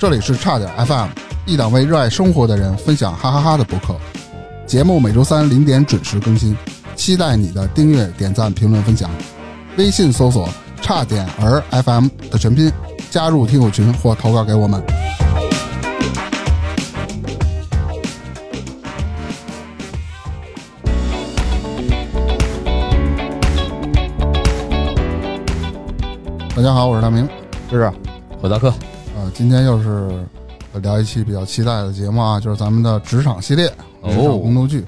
这里是差点 FM，一档为热爱生活的人分享哈哈哈的博客。节目每周三零点准时更新，期待你的订阅、点赞、评论、分享。微信搜索“差点儿 FM” 的全拼，加入听友群或投稿给我们。大家好，我是大明。是啊，我大克，呃，今天又是聊一期比较期待的节目啊，就是咱们的职场系列《职哦场哦宫斗剧》。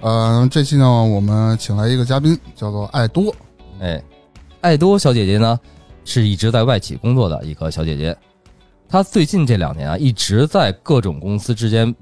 呃，这期呢，我们请来一个嘉宾，叫做爱多。哎，爱多小姐姐呢，是一直在外企工作的一个小姐姐，她最近这两年啊，一直在各种公司之间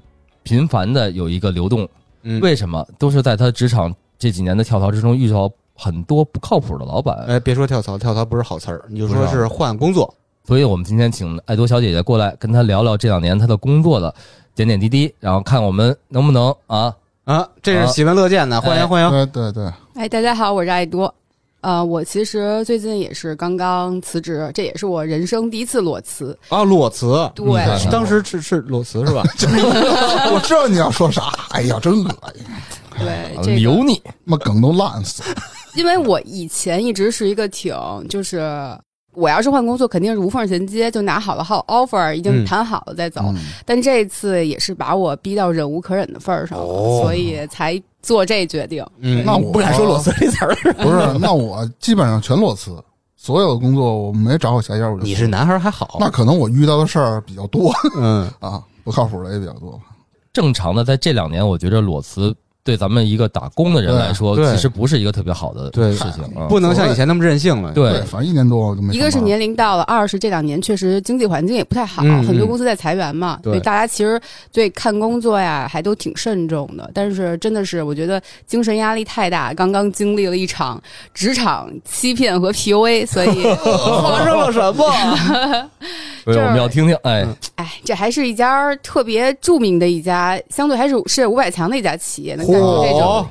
频繁的有一个流动。嗯为什么？都是在她职场这几年的跳槽之中遇到很多不靠谱的老板。嗯哎，别说跳槽，跳槽不是好词儿，你就不说知道是换工作。所以我们今天请爱多小姐姐过来，跟她聊聊这两年她的工作的点点滴滴，然后看我们能不能啊，啊，这是喜闻乐见的，欢哎迎欢迎。对对 对，哎，大家好，我是爱多。呃，我其实最近也是刚刚辞职，这也是我人生第一次裸辞。啊，裸辞，对，看看当时是是裸辞是吧？我知道你要说啥。哎呀，真恶心，对，哎这个留你他妈梗都烂死了。因为我以前一直是一个挺，就是我要是换工作，肯定是无缝衔接，就拿好了好 offer，已经嗯谈好了再走。嗯但这次也是把我逼到忍无可忍的份儿上了，哦所以才做这决定。嗯，那我不敢说裸辞这词儿。 不是，那我基本上全裸辞，所有的工作我没找好下家，我就你是男孩还哦好，那可能我遇到的事儿比较多嗯啊，不靠谱的也比较多。正常的，在这两年，我觉着裸辞对咱们一个打工的人来说，对对其实不是一个特别好的对事情啊。不能像以前那么任性了。对，反正一年多我就没上班。一个是年龄到了，二是这两年确实经济环境也不太好，嗯很多公司在裁员嘛，对所以大家其实对看工作呀还都挺慎重的。但是真的是，我觉得精神压力太大，刚刚经历了一场职场欺骗和 PUA，所以发生了什么？所以这我儿们要听听，哎，哎，这还是一家特别著名的一家，相对还是是五百强的一家企业，能干出这种嚯，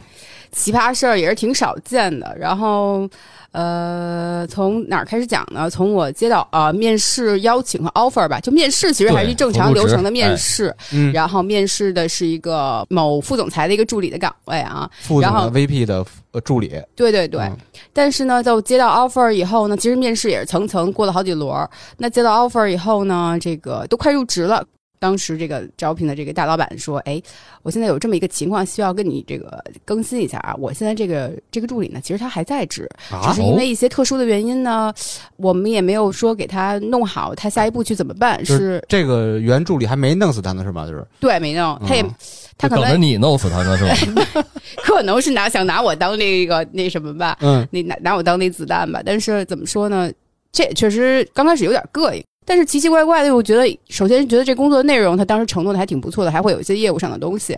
奇葩事儿也是挺少见的。然后，呃，从哪儿开始讲呢？从我接到啊、呃面试邀请和 offer 吧，就面试其实还是对正投常入职流程的面哎试，嗯，然后面试的是一个某副总裁的一个助理的岗位啊。副总然的后 VP 的呃助理，对对对，嗯但是呢，就接到 offer 以后呢，其实面试也是层层过了好几轮儿。那接到 offer 以后呢，这个都快入职了。当时这个招聘的这个大老板说：“哎，我现在有这么一个情况，需要跟你这个更新一下啊。我现在这个这个助理呢，其实他还在职，只啊是因为一些特殊的原因呢，我们也没有说给他弄好，他下一步去怎么办？就是这个原助理还没弄死他呢是吧？就是对没弄，他也、嗯他就可等着能你弄死他呢，是吧？ 可能是拿想拿我当那个那什么吧，嗯，那拿拿我当那子弹吧。但是怎么说呢，这也确实刚开始有点膈应。但是奇奇怪怪的，我觉得首先觉得这工作内容他当时承诺的还挺不错的，还会有一些业务上的东西。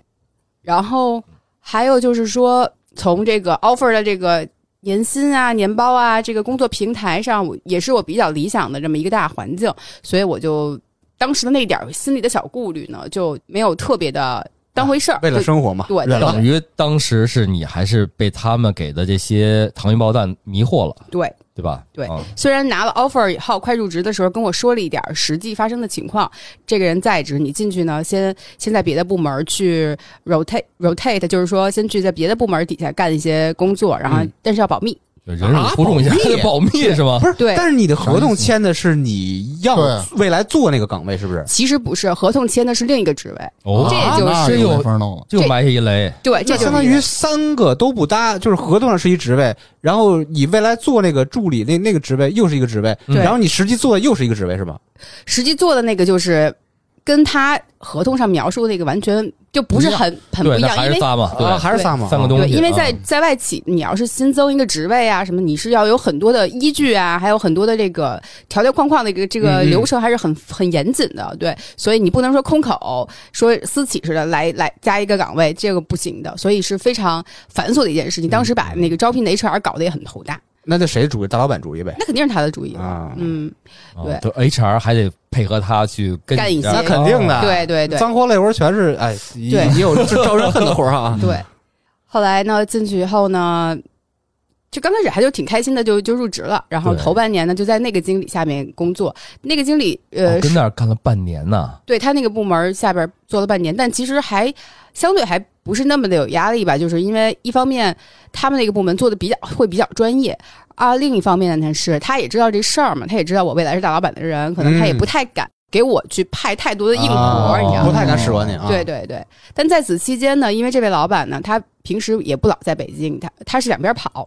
然后还有就是说，从这个 offer 的这个年薪啊、年包啊这个工作平台上，我也是我比较理想的这么一个大环境，所以我就当时的那点儿心里的小顾虑呢，就没有特别的当回事 儿、啊为了就生活嘛。对对等对于当时是你还是被他们给的这些糖衣炮弹迷惑了，对。对吧？对啊虽然拿了 offer 以后，快入职的时候跟我说了一点儿实际发生的情况，这个人在职，你进去呢，先先在别的部门去 rotate rotate，就是说先去在别的部门底下干一些工作，然后、嗯但是要保密。就忍辱负啊重一下，保密保密 是吗？不是，对但是你的合同签的是你要对未来做那个岗位，是不是？其实不是，合同签的是另一个职位，哦，这也就是啊那这没又法弄了。就埋下一雷，对，那这就是相当于三个都不搭，就是合同上是一职位，然后你未来做那个助理那那个职位又是一个职位，对然后你实际做的又是一个职位，是吧？实际做的那个就是跟他合同上描述的那个完全就不是很很不对，一那样，还因是为仨嘛，啊对，还是萨满三个东西对，因为啊在在外企，你要是新增一个职位啊，什么，你是要有很多的依据啊，还有很多的这个条条框框的一个这个嗯嗯流程，还是很很严谨的。对，所以你不能说空口说私企似的来来加一个岗位，这个不行的。所以是非常繁琐的一件事情。当时把那个招聘的 HR 搞得也很头大，那这谁主意？大老板主意呗。那肯定是他的主意了。啊，嗯，啊对就 HR 还得配合他去跟干一些那肯定的，啊对对对。脏活累活全是哎，也对嗯也有招人恨的活儿啊。对，后来呢，进去以后呢，就刚开始还就挺开心的，就就入职了。然后对头半年呢，就在那个经理下面工作。那个经理，呃，啊哦我跟那儿干了半年呢，对他那个部门下边做了半年，但其实还相对还不是那么的有压力吧，就是因为一方面他们那个部门做的比较会比较专业啊，另一方面呢是他也知道这事儿嘛，他也知道我未来是大老板的人，可能他也嗯不太敢给我去派太多的硬活儿，啊你知道哦不吗？太敢使唤你啊。对，对对，但在此期间呢，因为这位老板呢，他平时也不老在北京，他他是两边跑，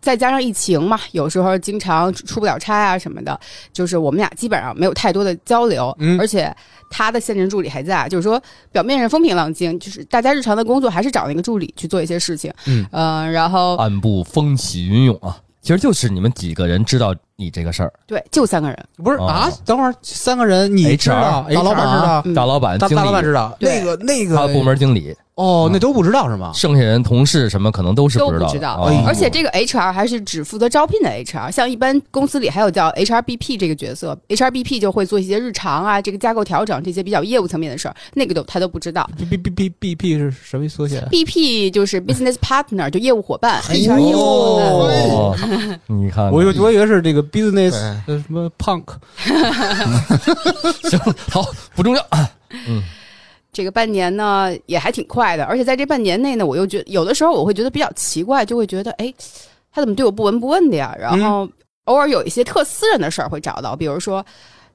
再加上疫情嘛，有时候经常出出不了差啊什么的，就是我们俩基本上没有太多的交流，嗯而且他的现任助理还在，啊就是说表面上风平浪静，就是大家日常的工作还是找那个助理去做一些事情，嗯呃然后按部风起云涌啊。其实就是你们几个人知道你这个事儿，对，就三个人，不是哦啊？等会儿三个人，你 HR 知道，大老板 HR 知道，嗯大老板、大经大老板理、知道对那个那他个的部门经理，哦，那都不知道是吗？剩下人同事什么可能都是都不知不道知的。道哦哎呦而且这个 HR 还是只负责招聘的 HR，像一般公司里还有叫 HRBP 这个角色，HRBP 就会做一些日常啊、这个架构调整这些比较业务层面的事儿，那个都他都不知道。 B B B B B P 是什么缩写？ BP 就是 Business Partner，就业务伙伴哎呦，HR 业务伙哎伴。哦哦，你看看，我以为我以为是这个 business 对呃什么 punk，行好不重要，这个半年呢也还挺快的，而且在这半年内呢，我又觉有的时候我会觉得比较奇怪，就会觉得哎，他怎么对我不闻不问的呀？然嗯后偶尔有一些特私人的事儿会找到，比如说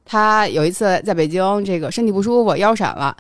他有一次在北京这个身体不舒服腰闪了，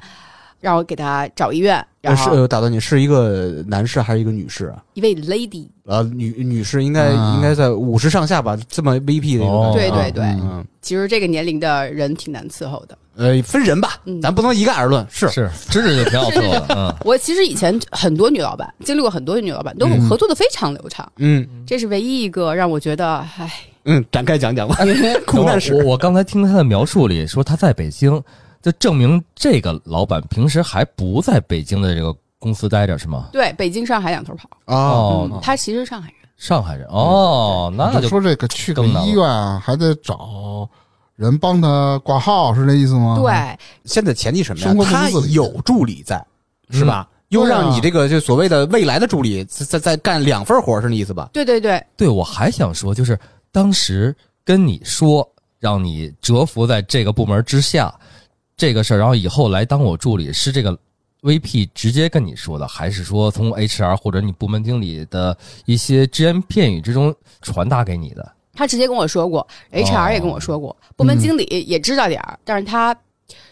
让我给他找医院，然是后呃打断你，是一个男士还是一个女士啊？一位 lady，呃，女女士应该啊应该在五十上下吧，这么 VP 的一种哦感觉。对对对，嗯，其实这个年龄的人挺难伺候的。呃，分人吧嗯，咱不能一概而论。是是知识就挺好做的，嗯，我其实以前很多女老板经历过很多女老板，都嗯合作的非常流畅，嗯这是唯一一个让我觉得唉。嗯，展开讲讲吧， 苦难史我我刚才听他的描述里说他在北京，就证明这个老板平时还不在北京的这个公司待着是吗？对，北京、上海两头跑。啊哦，嗯，他其实是上海人。上海人哦，那就就说这个去个更难了医院啊还得找人帮他挂号，是这意思吗？，哦对，现在前提什么呀生活？不他自理有助理在，是吧？又对啊让你这个就所谓的未来的助理再再再干两份活，是那意思吧？对对对，对我还想说，就是当时跟你说让你折服在这个部门之下这个事儿，然后以后来当我助理，是这个 VP 直接跟你说的，还是说从 HR 或者你部门经理的一些只言片语之中传达给你的？他直接跟我说过，HR 也跟我说过，部门经理也知道点儿，但是他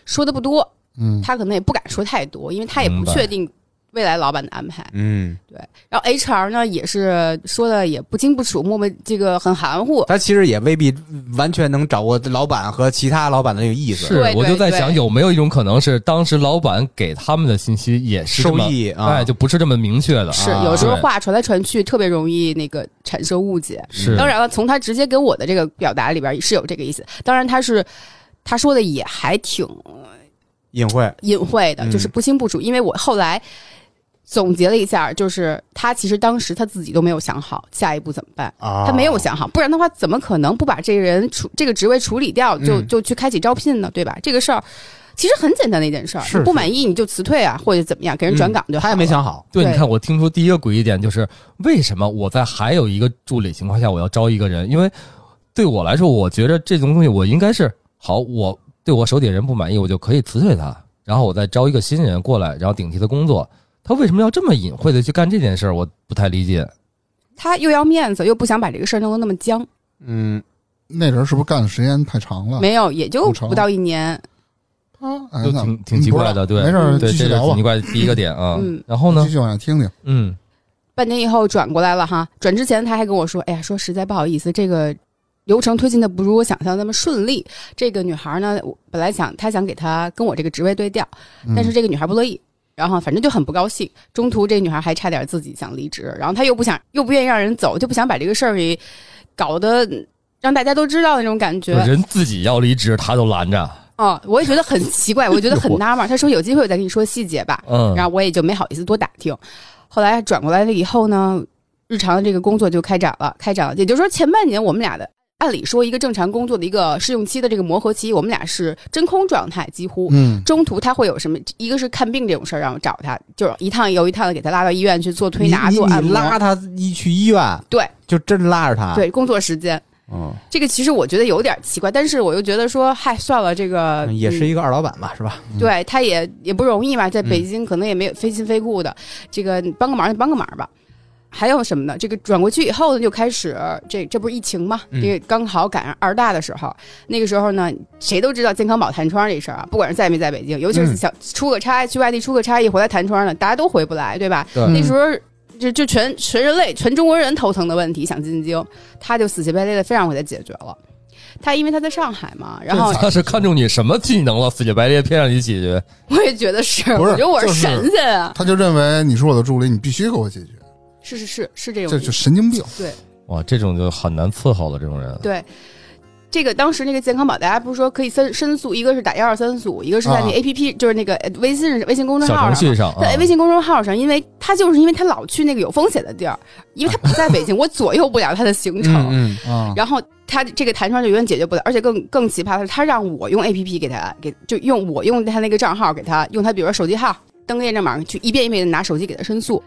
说的不多，嗯，他可能也不敢说太多，因为他也不明白确定未来老板的安排。嗯，然后 HR 呢，也是说的也不清不楚，默默这个很含糊。他其实也未必完全能掌握老板和其他老板的那个意思，是对，我就在对想有没有一种可能是当时老板给他们的信息也是这收么，益啊，哎，就不是这么明确的，是啊有时候对话传来传去，特别容易那个产生误解。是当然了，从他直接给我的这个表达里边是有这个意思，当然他是他说的也还挺隐晦。隐晦的，嗯就是不清不楚。因为我后来总结了一下，就是他其实当时他自己都没有想好下一步怎么办，啊他没有想好，不然的话怎么可能不把这个人处这个职位处理掉，就嗯就去开启招聘呢？对吧？这个事儿其实很简单的一件事儿，是嗯你不满意你就辞退啊，或者怎么样，给人转岗就好了、他也没想好，对，对你看，我听出第一个诡异点就是为什么我在还有一个助理情况下我要招一个人？因为对我来说，我觉得这种东西我应该是好，我对我手底下人不满意，我就可以辞退他，然后我再招一个新人过来，然后顶替他工作。他为什么要这么隐晦的去干这件事儿？我不太理解。他又要面子，又不想把这个事儿弄得那么僵，嗯，那人是不是干的时间太长啊了？没有，也就不成不到一年，嗯哎，就那挺挺奇怪的嗯不对是没事儿，对，继续这是聊挺吧奇。怪的第一个点啊。嗯然后呢继，续往下听听。嗯，半年以后转过来了哈。转之前他还跟我说：“哎呀，说实在不好意思，这个流程推进的不如我想象那么顺利。这个女孩呢，我本来想她想给她跟我这个职位对调，嗯但是这个女孩不乐意。然后反正就很不高兴，中途这女孩还差点自己想离职，然后她又不想又不愿意让人走，就不想把这个事儿给搞得让大家都知道那种感觉。人自己要离职，他都拦着。哦，我也觉得很奇怪，我觉得很哎呦 normal。她说有机会我再跟你说细节吧。嗯，然后我也就没好意思多打听。后来转过来了以后呢，日常的这个工作就开展了，开展了。也就是说，前半年我们俩的按理说一个正常工作的一个试用期的这个磨合期，我们俩是真空状态，几乎。嗯中途他会有什么？一个是看病这种事儿让我找他，就是一趟又一趟的给他拉到医院去做推拿、你做按你啊摩。拉他一去医院，对，就真拉着他，，对工作时间，嗯，这个其实我觉得有点奇怪，但是我又觉得说，嗨，算了，这个也嗯是一个二老板吧，是吧？嗯对，他也也不容易嘛，在北京可能也没有非亲非故的，这个你帮个忙就帮个忙吧。还有什么呢？这个转过去以后呢，就开始这这不是疫情嘛？嗯这个刚好赶上二大的时候，那个时候呢，谁都知道健康宝弹窗这事儿啊，不管是在没在北京，尤其是嗯想出个差，去外地出个差，一回来弹窗了，大家都回不来，对吧？对那时候就就全全人类全中国人头疼的问题，想进京，他就死乞白赖的非让我给他解决了。他因为他在上海嘛，然后他是看中你什么技能了，死乞白赖偏让你解决。我也觉得是，不是我觉得我就是是神仙啊，他就认为你是我的助理，你必须给我解决，是是是是这种这意就思。神经病。哇，这种就很难伺候了，这种人。对，这个当时那个健康宝，大家不是说可以申申诉，一个是打幺二三四五，一个是在那啊 A P P，、就是那个呃微信微信公众小号程上嘛。序上啊，在微信公众号上，因为他就是因为他老去那个有风险的地儿，因为他不在 北京，我左右不了他的行程。嗯，啊，然后他这个弹窗就永远解决不了，而且更更奇葩的是，他让我用 A P P 给他给就用我用他那个账号给他用他比如说手机号登验证码去一遍一遍的拿手机给他申诉，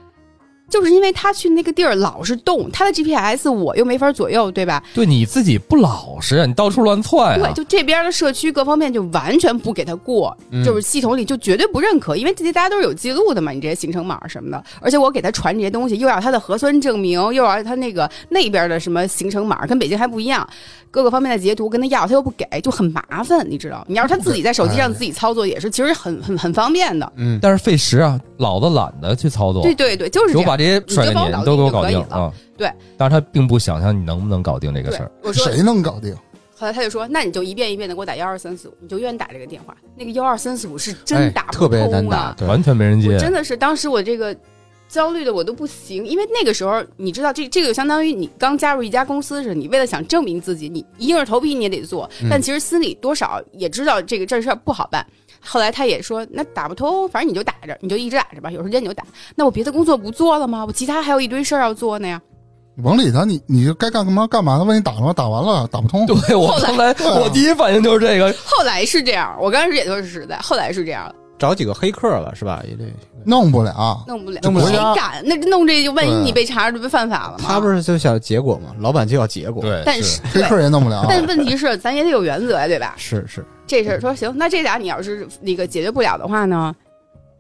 就是因为他去那个地儿老是动，他的 G P S 我又没法左右，对吧？对你自己不老实，你到处乱窜对啊，。就这边的社区各方面就完全不给他过，嗯就是系统里就绝对不认可，因为这些大家都是有记录的嘛，你这些行程码什么的，而且我给他传这些东西，又要他的核酸证明，又要他那个那边的什么行程码，跟北京还不一样，各个方面的截图跟他要，他又不给，就很麻烦，你知道？你要是他自己在手机哎上自己操作，也是其实很很很方便的。嗯，但是费时啊，老子懒得去操作对，对对，就是给这我样。把这些甩给你就帮你，我都给我搞搞定定就可以了啊。对，但是他并不想象你能不能搞定这个对事儿。，我说谁能搞定？后来他就说，那你就一遍一遍的给我打幺二三四五，你就愿意打这个电话。那个幺二三四五是哎真打不特别难通打啊，，对，完全没人接我。真的是当时我这个焦虑的我都不行，因为那个时候你知道这这个就相当于你刚加入一家公司时，你为了想证明自己，你硬着头皮你也得做，但其实心里多少也知道这个这事儿不好办。后来他也说，那打不通，反正你就打着，你就一直打着吧，有时间你就打。那我别的工作不做了吗？我其他还有一堆事儿要做呢呀。你甭理他，你你就该干嘛干嘛。他问你打了吗？打完了，打不通。 对我后来刚才对啊我第一反应就是这个，后来是这样，我刚开始也就是实在，后来是这样，找几个黑客了是吧？也得，弄不了。弄不了，弄不了谁敢？那弄这万一对你被查着就被犯法了吗？他不是就想结果吗？老板就要结果，，对但是是黑对客也弄不了。但问题是，咱也得有原则呀，对吧？是是，这事儿说行，那这俩你要是那个解决不了的话呢，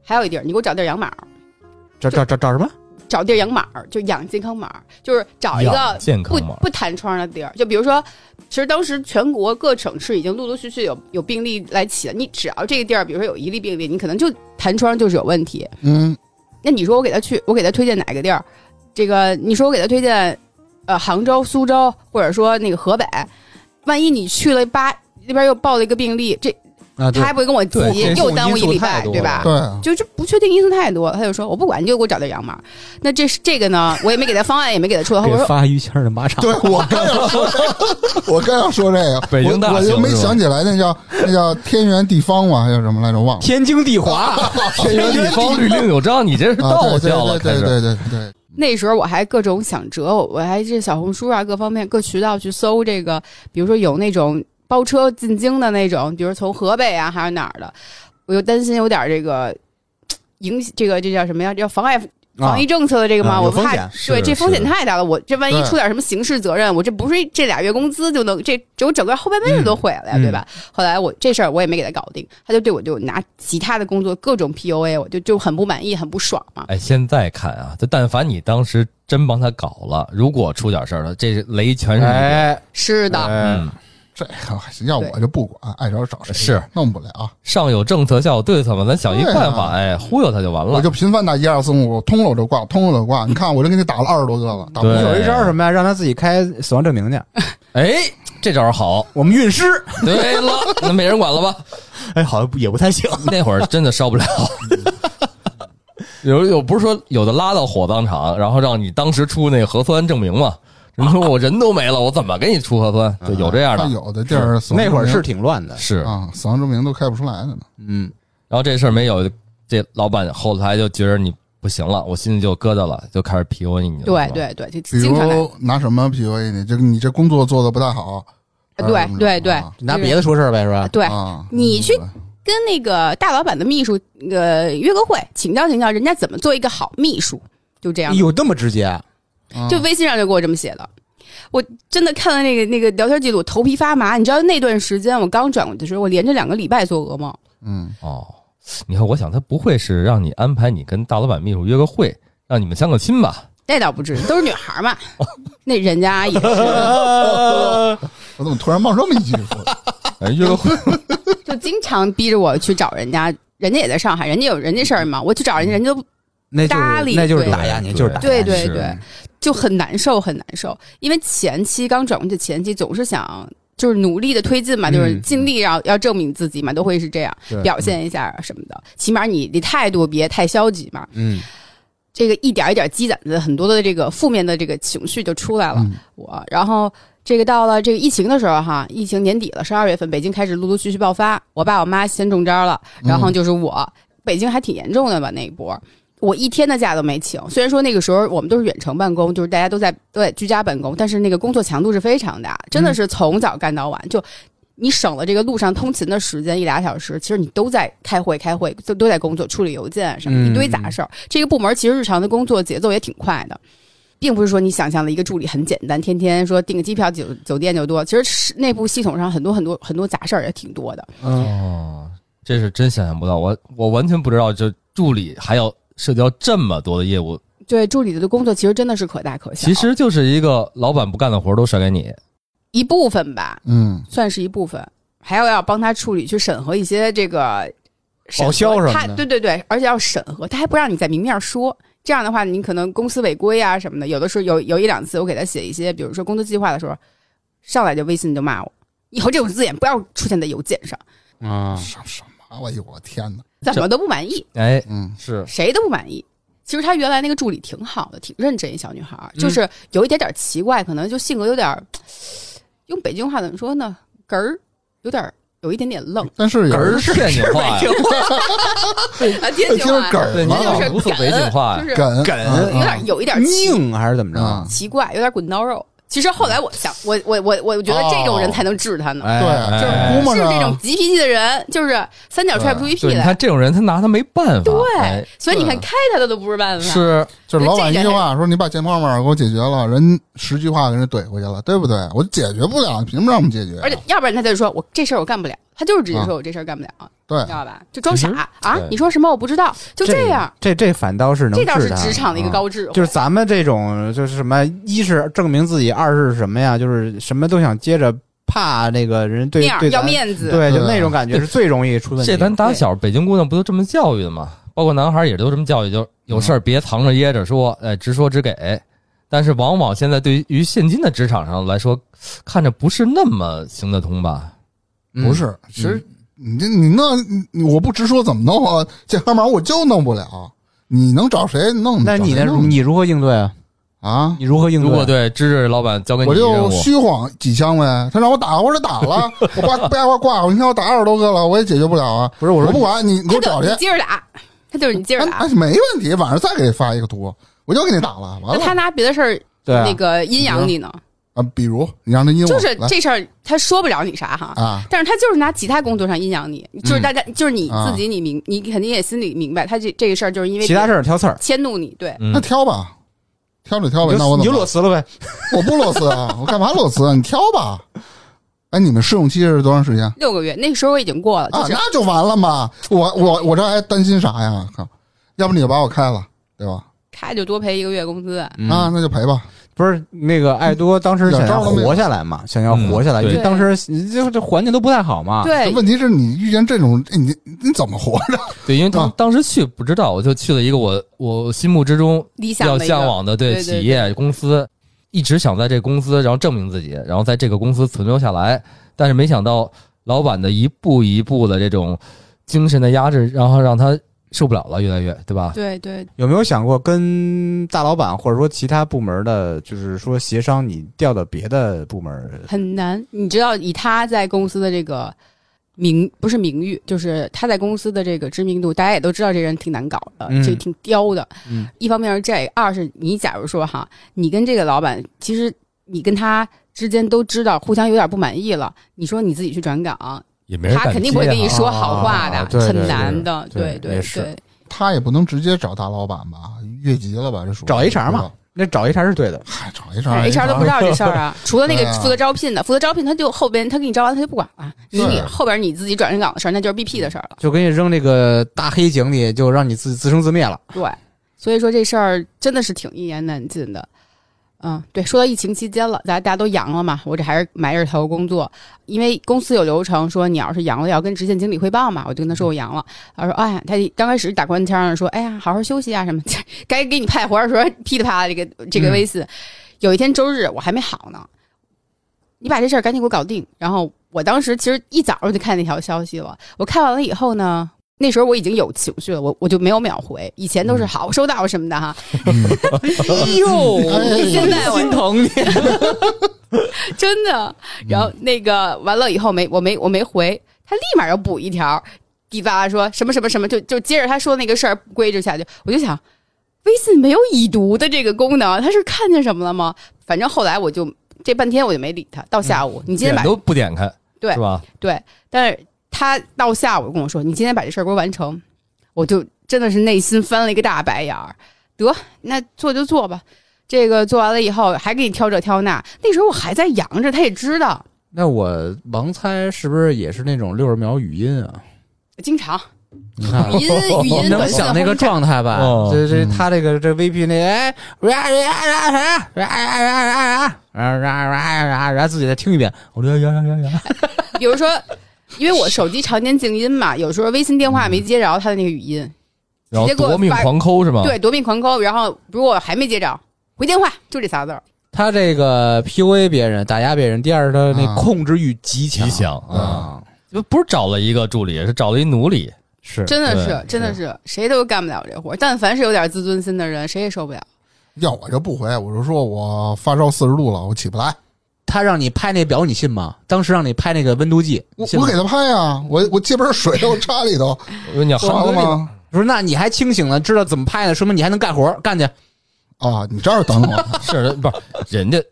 还有一地儿，你给我找地儿养马儿，找找找找什么？找地儿养马儿，就养健康马儿，就是找一个养健不康码，不弹窗的地儿。就比如说，其实当时全国各省市已经陆陆续续有有病例来起了，你只要这个地儿，比如说有一例病例，你可能就弹窗就是有问题。嗯，那你说我给他去，我给他推荐哪个地儿？这个你说我给他推荐，呃，杭州、苏州，或者说那个河北，万一你去了八那边又报了一个病例，这啊，对他还不会跟我急对这，又种耽因误一素礼太拜，多对吧了？对啊，就这不确定因素太多，他就说我不管，你就给我找地儿养马。那这是这个呢，我也没给他方案，也没给他出来。我给说发于谦儿的马场，对我刚要说这个，我刚要说这个，北京大我我型就没是吧想起来那 叫那叫天圆地方嘛，还叫什么来着？忘了。天经地 华，啊天圆地地方律令有章，你这是啊，道对教了，开对对始。对对对对，那时候我还各种想辙，我还是小红书啊各方面各渠道去搜这个，比如说有那种包车进京的那种，比如从河北啊还是哪儿的，我就担心有点这个影这个这叫什么呀？这叫妨碍防疫政策的这个吗？啊有我风怕险嗯是对这风险是太大了，我这万一对出点什么刑事责任，我这不是这俩月工资就能这这我整个后半辈子都毁了呀，嗯对吧？后来我这事儿我也没给他搞定，他就对我就拿其他的工作各种 PUA，我就就很不满意，很不爽嘛。哎，现在看啊，就但凡你当时真帮他搞了，如果出点事儿了，这雷全是你的。哎，是的，哎嗯，这个要我就不管，爱找找谁是弄不了，啊上有政策，下有对策嘛，咱想一对啊办法，哎，忽悠他就完我了。就频繁打一二三五，通了就挂，通了就挂。你看我这给你打了二十多个了，打不对你了有一招什么呀？让他自己开死亡证明去，哎，这 招好。我们运尸， 对了，那没人管了吧？哎，好像不也不太行，那会儿真的烧不了。有有不是说有的拉到火葬场，然后让你当时出那核酸证明嘛？你说我人都没了，我怎么给你出核酸？就有这样看的。有的地儿死亡那会儿证是明挺乱的，是，啊，死亡证明都开不出来的呢。嗯，然后这事儿没有，这老板后台就觉得你不行了，我心里就有疙瘩了，就开始 PUA 你了。对是吧，对对，就比经常来，如拿什么 PUA 你？这个你这工作做的不太好，呃对对对，嗯啊拿别的说事儿呗，是吧？对，啊，你去明白跟那个大老板的秘书呃约个会，请教请教人家怎么做一个好秘书，就这样。有这么直接？嗯啊就微信上就给我这么写的。我真的看了那个那个聊天记录，头皮发麻。你知道那段时间我刚转过去的时候，我连着两个礼拜做噩梦。嗯，哦，你看，我想他不会是让你安排你跟大老板秘书约个会，让你们相个亲吧？那倒不至于，都是女 孩嘛。那人家也是，我怎么突然冒这么一句 说？哎约个会，就经常逼着我去找人家，人家也在上海，人家有人家事儿嘛。我去找人家，人家都 那就搭理是那就是对打压你，就是打压你。对对是对，就很难受，很难受。因为前期刚转过去，前期总是想就是努力的推进嘛，就是嗯尽力要要证明自己嘛，都会是这样对嗯表现一下什么的。起码你的态度别太消极嘛。嗯，这个一点一点积攒的很多的这个负面的这个情绪就出来了。嗯我，然后这个到了这个疫情的时候哈，疫情年底了，十二月份北京开始陆陆续续爆发，我爸我妈先中招了，然后就是我，北京还挺严重的吧那一波。我一天的假都没请，虽然说那个时候我们都是远程办公，就是大家都在都在居家办公，但是那个工作强度是非常大，真的是从早干到晚。就你省了这个路上通勤的时间一俩小时，其实你都在开会、开会，都都在工作、处理邮件啊什么嗯一堆杂事儿。这个部门其实日常的工作节奏也挺快的，并不是说你想象的一个助理很简单，天天说订个机票、酒酒店就多。其实是内部系统上很多很多很多杂事儿也挺多的。嗯，哦，这是真想象不到，我我完全不知道，这助理还要涉及到这么多的业务，对助理的工作其实真的是可大可小，其实就是一个老板不干的活儿都甩给你。一部分吧，嗯，算是一部分，还要要帮他处理去审核一些这个审核报销什么的他对对对，而且要审核，他还不让你在明面说。这样的话，你可能公司违规啊什么的，有的时候有有一两次，我给他写一些，比如说工作计划的时候，上来就微信就骂我，以后这种字眼不要出现在邮件上，啊，什什么？哎呦，我天哪！怎么都不满意，哎，嗯，是谁都不满意。其实她原来那个助理挺好的，挺认真一小女孩儿，嗯就是有一点点奇怪，可能就性格有点儿，用北京话怎么说呢？哏儿，有点儿有一点点愣。但是有人是天津话呀，啊，天听津着话，梗对，儿你吗？这就是不是北京话就呀，是梗梗嗯有点有一点嗯奇拧还是怎么啊着？，奇怪，有点滚刀肉。其实后来我想，我我我我觉得这种人才能治他呢，哎对，哎就是哎估摸是这种着，急脾气的人，就是三脚踹不出一对，屁你来。看这种人，他拿他没办法。哎对，所以你看开他的都不是办法。是就是老板一这句个话说你把钱泡沫给我解决了，人十句话给人怼回去了，对不对？我解决不了，凭什么让我们解决？啊而且要不然他就说我这事儿我干不了，他就是直接说我这事儿干不了，对你知，道吧？就装傻啊对！你说什么我不知道，就这样。这这反倒是能这倒是治他职场的一个啊高智慧，就是咱们这种就是什么，一是证明自己，二是什么呀？就是什么都想接着，怕那个人对面儿对咱要面子，对，对就那种感觉是最容易出问这题的。咱打小北京姑娘不都这么教育的吗？包括男孩也都这么教育，就是有事儿嗯别藏着掖着说，哎，直说直给。但是往往现在对于现今的职场上来说，看着不是那么行得通吧？嗯不，是，其实你这你弄，你我不直说怎么弄啊？这黑毛我就弄不了，你能找谁弄？那找你谁呢？弄你如何应对啊？啊？你如何应对？如果对知识老板交给你我一任就务，虚晃几枪呗，他让我打，我就打了，我挂八卦挂，我你看我打二十多个了，我也解决不了啊！不是我我说不管你，你给他我找就去你，接着打，他就是你接着哎打哎。没问题，晚上再给你发一个图，我就给你打了，嗯那完他了拿别的事儿对啊那个阴阳你呢？啊，比如你让他阴我，就是来这事儿他说不了你啥哈，啊，嗯但是他就是拿其他工作上阴阳你，就是大家、就是你自己，你明、你肯定也心里明白，他这这个事儿就是因为其他事儿挑刺儿，迁怒你，对，嗯那，挑吧，挑着挑呗，你那就我你怎么就裸办？辞了呗。我不裸辞啊，我干嘛裸辞啊？你挑吧。哎，你们试用期是多长时间六个月那个时候我已经过了，啊就？是、那就完了嘛！我我我这还担心啥呀？靠，要不你就把我开了，对吧？开就多赔一个月工资，嗯啊，，那就赔吧。不是那个爱多当时想要活下来嘛，想要活下来，嗯因为对当时这这环境都不太好嘛。这对，问题是你遇见这种，哎你你怎么活着？ 对，因为 当嗯啊当时去不知道，我就去了一个我我心目之中理想要的一个向往的对对对企业公司，一直想在这公司，然后证明自己，然后在这个公司存留下来。但是没想到老板的一步一步的这种精神的压制，然后让他受不了了，越来越对吧？对对，有没有想过跟大老板或者说其他部门的，就是说协商你调到别的部门？很难。你知道以他在公司的这个名不是名誉，就是他在公司的这个知名度，大家也都知道这人挺难搞的，嗯这挺刁的。嗯一方面是这个，二是你假如说哈，你跟这个老板，其实你跟他之间都知道互相有点不满意了，你说你自己去转岗，也没人他敢肯定不会接跟你啊说好话的，啊对对很难的。对对对也是对，他也不能直接找大老板吧，越级了吧，这属于找 HR 嘛不知道那找 HR 是对的，嗨，找但 HR，HR 是 HR 都不 知道这事儿啊，除了那个对啊负责招聘的，负责招聘他就后边他给你招完他就不管了，你是你后边你自己转正岗的事儿，那就是 BP 的事儿了。就给你扔这个大黑井里，就让你自自生自灭了。对，所以说这事儿真的是挺一言难尽的。嗯，对，说到疫情期间了，大家大家都阳了嘛，我这还是埋着头工作，因为公司有流程说你要是阳了要跟直线经理汇报嘛，我就跟他说我阳了，他说哎呀，他刚开始打官腔说哎呀好好休息啊什么， 该给你派活儿的时候噼里啪啦这个这个微信，有一天周日我还没好呢，你把这事儿赶紧给我搞定，然后我当时其实一早上就看那条消息了，我看完了以后呢。那时候我已经有情绪了，我我就没有秒回，以前都是好收到什么 的哈。哎哟，现在嗯我哎心疼你。 真的。然后那个完了以后没，我没我没回，他立马又补一条，迪吧说什么什么什么，就就接着他说那个事儿规制下去。我就想，微信没有已读的这个功能，他是看见什么了吗？反正后来我就这半天我就没理他，到下午、你今天点把都不点开，对是吧？对，但是他到下午跟我说：“你今天把这事儿给我完成。”我就真的是内心翻了一个大白眼儿。得，那做就做吧。这个做完了以后，还给你挑这挑那。那时候我还在阳着，他也知道，那我盲猜是不是也是那种六十秒语音啊？经常你看语音语音能短信想那个轰炸状态吧？哦这这嗯他这个这 VP 那哎呀呀呀呀呀呀呀呀呀，然后然后然后然后然后自己再听一遍，我说呀呀呀呀，比如说，因为我手机常年静音嘛，有时候微信电话没嗯接着他的那个语音，然后直接给我夺命发狂抠是啊吗？对，夺命狂抠。然后如果还没接着，回电话，就这仨字儿。他这个 PUA 别人，打压别人。第二，他那啊控制欲极强，吉祥啊，啊，不是找了一个助理，是找了一奴隶。是真的对是，真的是，谁都干不了这活儿。但凡是有点自尊心的人，谁也受不了。要我就不回，我就说我发烧四十度了，我起不来。他让你拍那表，你信吗？当时让你拍那个温度计，我信我吗给他拍啊，我我接盆水我插里头，我说你要完好了吗？不是，那你还清醒呢，知道怎么拍呢，说明你还能干活，干去。啊，你这儿等我，是不是人家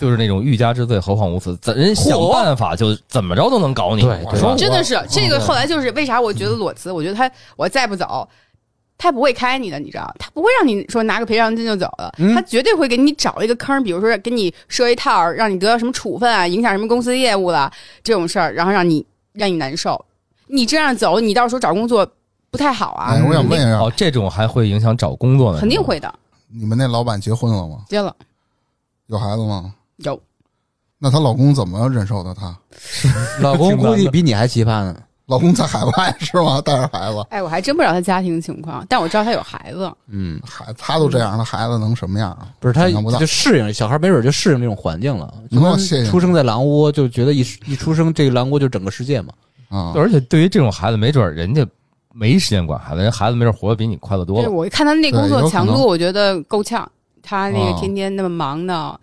就是那种欲加之罪，何患无辞？咱人想嚯办法，就怎么着都能搞你。对我对说吧真的是这个对后来就是为啥我觉得裸辞，我觉得他我再不走，他不会开你的，你知道，他不会让你说拿个赔偿金就走了，嗯他绝对会给你找一个坑，比如说给你设一套，让你得到什么处分啊，影响什么公司业务了这种事儿，然后让你让你难受。你这样走，你到时候找工作不太好啊哎，，我想问一下，哦，这种还会影响找工作呢？肯定会的。你们那老板结婚了吗？接了有孩子吗？有，那她老公怎么忍受的她？老公挺难估的计比你还奇葩呢。老公在海外是吗？带着孩子，哎，我还真不知道他家庭情况，但我知道他有孩子。嗯，孩他都这样了，孩子能什么样啊？不是他想象不到就适应小孩，没准就适应这种环境了。嗯可能谢谢出生在狼窝，就觉得一一出生这个狼窝就整个世界嘛。啊对。而且对于这种孩子，没准儿人家没时间管孩子，人家孩子没准儿活得比你快乐多对，了。我看他那工对有作可强能度，我觉得够呛。他那哦个天天那么忙呢，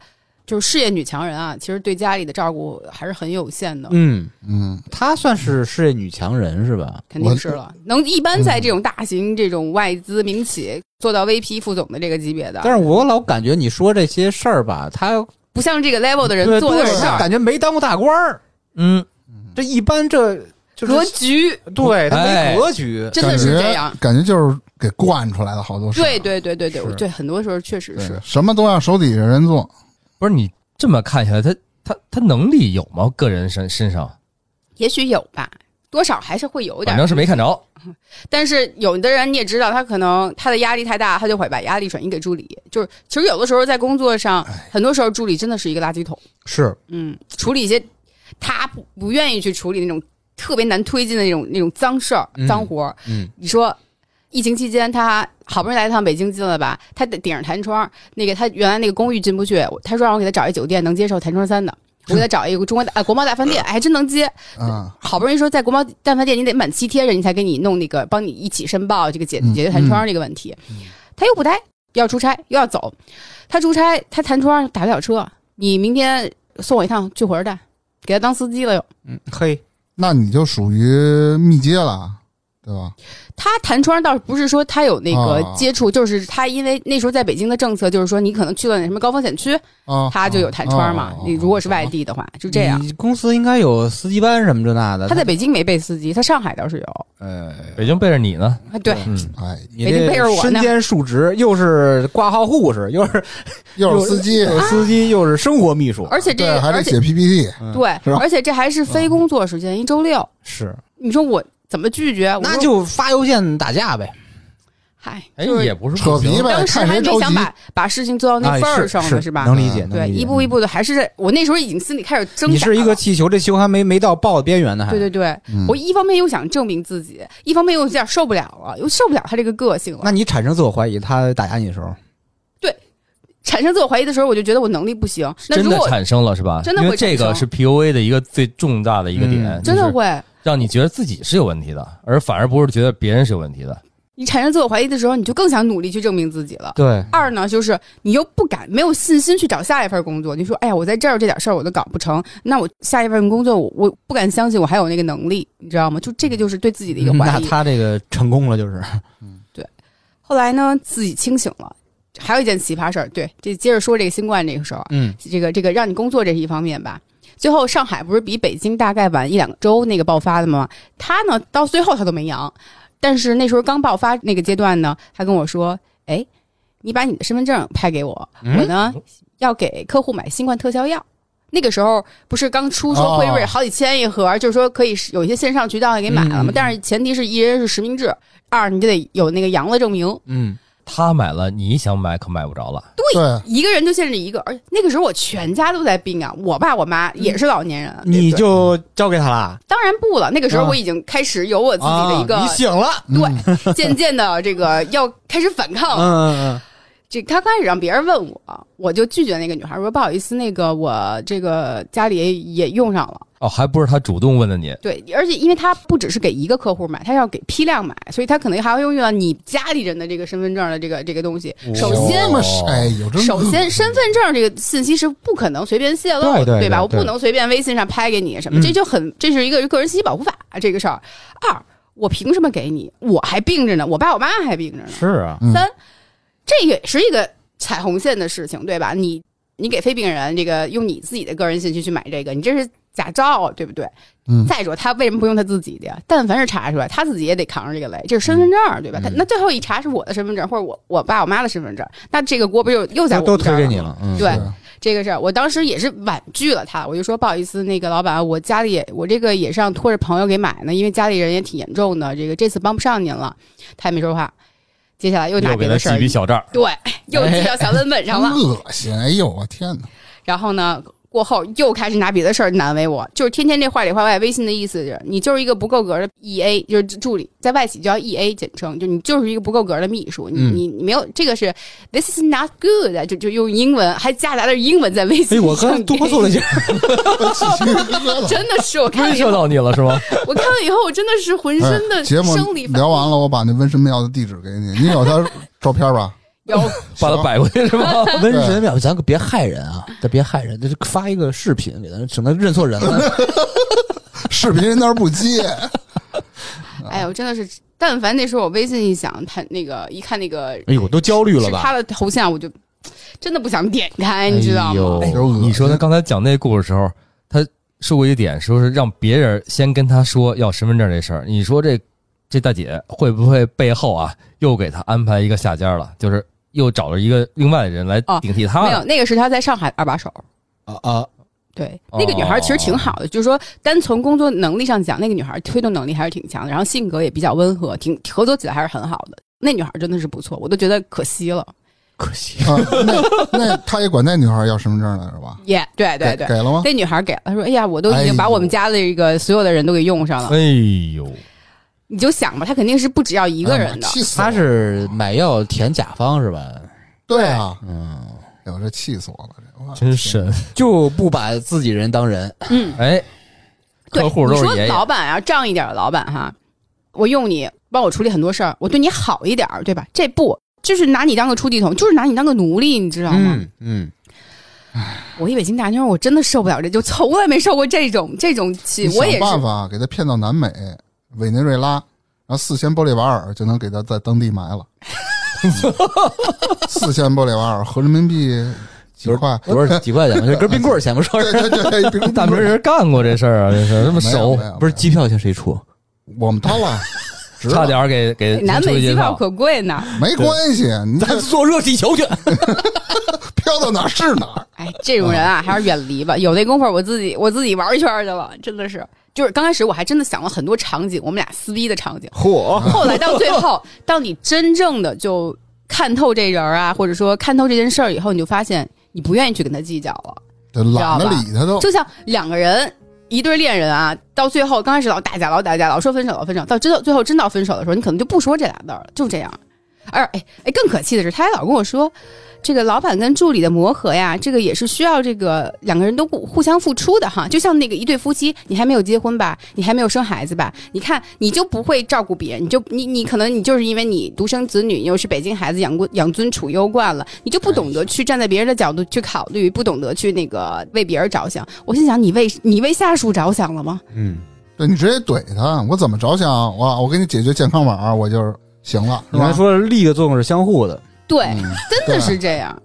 就是事业女强人啊，其实对家里的照顾还是很有限的，嗯，嗯，她算是事业女强人是吧？肯定是了。能一般在这种大型、这种外资民企做到 VP 副总的这个级别但的，是我老感觉你说这些事儿吧，她不像这个 level 的人对做的对事她儿，感觉没当过大官儿。嗯，这一般这就格是局对她没哎格局。真的是感觉这样。感觉就是给惯出来的好多事儿。对对对对对，是我对很多时候确实对是。什么都让手底下人做。不是你这么看下来，他他他能力有吗？个人身身上，也许有吧，多少还是会有点反正是没看着。但是有的人你也知道，他可能他的压力太大，他就会把压力转移给助理。就是其实有的时候在工作上，哎很多时候助理真的是一个垃圾桶。是，嗯，处理一些他不不愿意去处理那种特别难推进的那种那种脏事儿嗯、脏活儿。嗯，你说疫情期间他好不容易来一趟北京进了吧，他得顶着弹窗，那个他原来那个公寓进不去，我他说让我给他找一酒店能接受弹窗三的。我给他找一个中国大、呃、国贸大 饭店，哎还真能接。嗯，好不容易说在国贸大饭店，你得满七天人，你才给你弄那个帮你一起申报这个解嗯解决弹窗这个问题。他又不待，要出差又要走，他出差他弹窗打不了车，你明天送我一趟去火车站，给他当司机了又。嗯，嘿，那你就属于密接了，对吧？他弹窗倒是不是说他有那个啊接触，就是他因为那时候在北京的政策就是说，你可能去了那什么高风险区，啊，他就有弹窗嘛啊。嗯你如果是外地的话，就这样。你公司应该有司机班什么这那的。他在北京没被司机，他上海倒是有。呃，北京背着你呢，啊，对，哎嗯，哎，你北京这背着我呢身啊兼数职，又是挂号护士，又 是又是司机，又是司机，又是生活秘书，而且这啊对，还而得且写 PPT，嗯对是吧，而且这还是非工作时间，一周六。是你说我怎么拒绝？我嗯那说就发邮件打架呗。嗨，哎，就是也不是扯不行皮呗当，时看还谁没着急想。把把事情做到那份儿上呢，啊哎是吧？能理解，能对，理解嗯一步一。步的，还是在我那时候已经心里开始挣扎了。你是一个气球，这气球还没没到爆的边缘呢，还对对对，嗯我一方面又想证明自己，一方面又有点受不了了，又受不了他这个个性了那。你产生自我怀疑，他打压你的时嗯候，产生自我怀疑的时候，我就觉得我能力不行。那真如的果产生了是吧？真的会因为这个产生是 PUA 的一个最重大的一个点，嗯就真是的会，让你觉得自己是有问题的，而反而不是觉得别人是有问题的。你产生自我怀疑的时候，你就更想努力去证明自己了。对，二呢，就是你又不敢，没有信心去找下一份工作。你说，哎呀，我在这儿这点事儿我都搞不成，那我下一份工作我我不敢相信我还有那个能力，你知道吗？就这个就是对自己的一个嗯怀那疑。他这个成功了就是，后来呢，自己清醒了，还有一件奇葩事儿。对，这接着说这个新冠这个事儿啊，嗯，这个这个让你工作这是一方面吧。最后上海不是比北京大概晚一两周那个爆发的吗？他呢到最后他都没阳，但是那时候刚爆发那个阶段呢，他跟我说：“哎，你把你的身份证拍给我，嗯我呢要给客户买新冠特效药。”那个时候不是刚出说哦辉瑞好几千一盒，就是说可以是有一些线上渠道也给买了嘛，嗯嗯嗯但是前提是一人是实名制，二你就得有那个阳了证明。嗯，他买了，你想买可买不着了。对， 一个人就限制一个，而且那个时候我全家都在病啊，我爸我妈嗯也是老年人。你呃对就交给他了。当然不了，那个时候啊我已经开始有我自己的一个、啊你醒了，对， 渐渐的这个要开始反抗。嗯嗯这他开始让别人问我，我就拒绝那个女孩，我说不好意思，那个我这个家里也也用上了。哦，还不是他主动问的你，对，而且因为他不只是给一个客户买，他要给批量买，所以他可能还要用到你家里人的这个身份证的这个这个东西。哦首先这，么哎呦，真首先，身份证这个信息是不可能随便泄露的，对对对吧？我对不能随便微信上拍给你什么，嗯这就很这是一个个人信息保护法这个事儿。二，我凭什么给你？我还病着呢，我爸我妈还病着呢嗯，。是啊，嗯三，这也是一个踩红线的事情，对吧？你你给非病人这个用你自己的个人信息去买这个，你这是假照，对不对？嗯再说他为什么不用他自己的呀？但凡是查出来，他自己也得扛着这个雷，这是嗯身份证儿，对吧？他那最后一查是我的身份证，或者我我爸我妈的身份证，那这个锅不就又在都都我们这推儿给你吗了，嗯，对是这个事儿，我当时也是婉拒了他，我就说不好意思，那个老板，我家里也我这个也是让托着朋友给买呢，因为家里人也挺严重的，这个这次帮不上您了。他也没说话，接下来又拿又给别他的事记儿笔，小账。对，又记到小文本真上了。恶心！哎呦，我天 哪！然后呢，过后又开始拿别的事儿难为我，就是天天这话里话外。微信的意思是你就是一个不够格的 E A，就是助理，在外企叫 E A 简称，就你就是一个不够格的秘书，你、嗯你你没有这个是 This is not good，就啊就用英文还夹杂着英文在微所信以上给哎我刚哆你，嗦了一下， 起鸡皮疙瘩 真的是我看威了以慑后，到你了是 吗？我看了以后，我真的是浑身哎的节目生理反聊完了，我把那温神庙的地址给你，你有他照片吧？ 有把他摆过去是 吗？温神秒，咱可别害人啊，咱别害人，就是发一个视频给咱，省得认错人了。视频人那儿不接，啊哎呦，真的是，但凡那时候我微信一响，他那个一看那个 哎呦，都焦虑了是吧？他的头像，我就真的不想点开，你知道哎呦吗？哎呦恶心你说他刚才讲那故事的时候，他说过一点，说是让别人先跟他说要身份证这事儿。你说这这大姐会不会背后啊又给他安排一个下家了？就是又找了一个另外的人来哦顶替他啊没了？有，那个是他在上海的二把手。啊啊，对，哦那个女孩其实挺好的，就是说单从工作能力上讲，那个女孩推动能力还是挺强的，然后性格也比较温和，挺合作起来还是很好的。那女孩真的是不错，我都觉得可惜了。可惜。啊、那那他也管那女孩要身份证来着吧？耶、对嗯对给对，给了吗？那女孩给了，她说：“哎呀，我都已哎经呦把我们家的这个所有的人都给用 上了。哎呦，你就想吧，她肯定是不只要一个人的啊哎呀。气死我他了！是买药填甲方是吧？对啊，嗯，哎呦，这气死我了！这我真神！ 就不把自己人当人。哎，对，客户你都是说爷爷老板啊，仗义点的老板哈，我用你帮我处理很多事儿，我对你好一点儿，对吧？这不就是拿你当个出气筒，就是拿你当个奴隶，你知道吗？嗯嗯，我一北京大妞，我真的受不了这，就从来没受过这种这种气你。我也想是，办法给他骗到南美、委内瑞拉，然后四千玻利瓦尔就能给他在当地埋了。四千玻利瓦尔合人民币几块？多少几块钱吧，就根冰棍儿钱不说对是，对对，别大明儿人干过这事儿啊，这事儿这么没有熟没，有， 不是没机票钱谁出？有我们掏了，值了差点儿给给哎南出美一机介票绍。可贵呢。没关系，你这咱坐热气 球去。飘到哪儿是哪儿。哎，这种人啊，嗯还是远离吧。有那功夫，我自己我自己玩一圈去了，真的是。就是刚开始我还真的想了很多场景，我们俩撕逼的场景。嚯， 后来到最后，到你真正的就看透这人儿啊，或者说看透这件事儿以后，你就发现你不愿意去跟他计较了。这懒得知道吧理他都，就像两个人，一对恋人啊，到最后刚开始老打架，老打架，老说分手，老分手，到真的最后真到分手的时候，你可能就不说这俩字儿了，就这样。而哎哎，更可气的是，他还老跟我说，这个老板跟助理的磨合呀，这个也是需要这个两个人都互互相付出的哈。就像那个一对夫妻，你还没有结婚吧，你还没有生孩子吧，你看你就不会照顾别人，你就你你可能你就是因为你独生子女，你又是北京孩子，养过养尊处优惯了，你就不懂得去站在别人的角度去考虑，不懂得去那个为别人着想。我心想，你为你为下属着想了吗？嗯，对你直接怼他，我怎么着想？我我给你解决健康码，我就是行了，是你还吧？说利的作用是相互的，对，嗯真的是这样。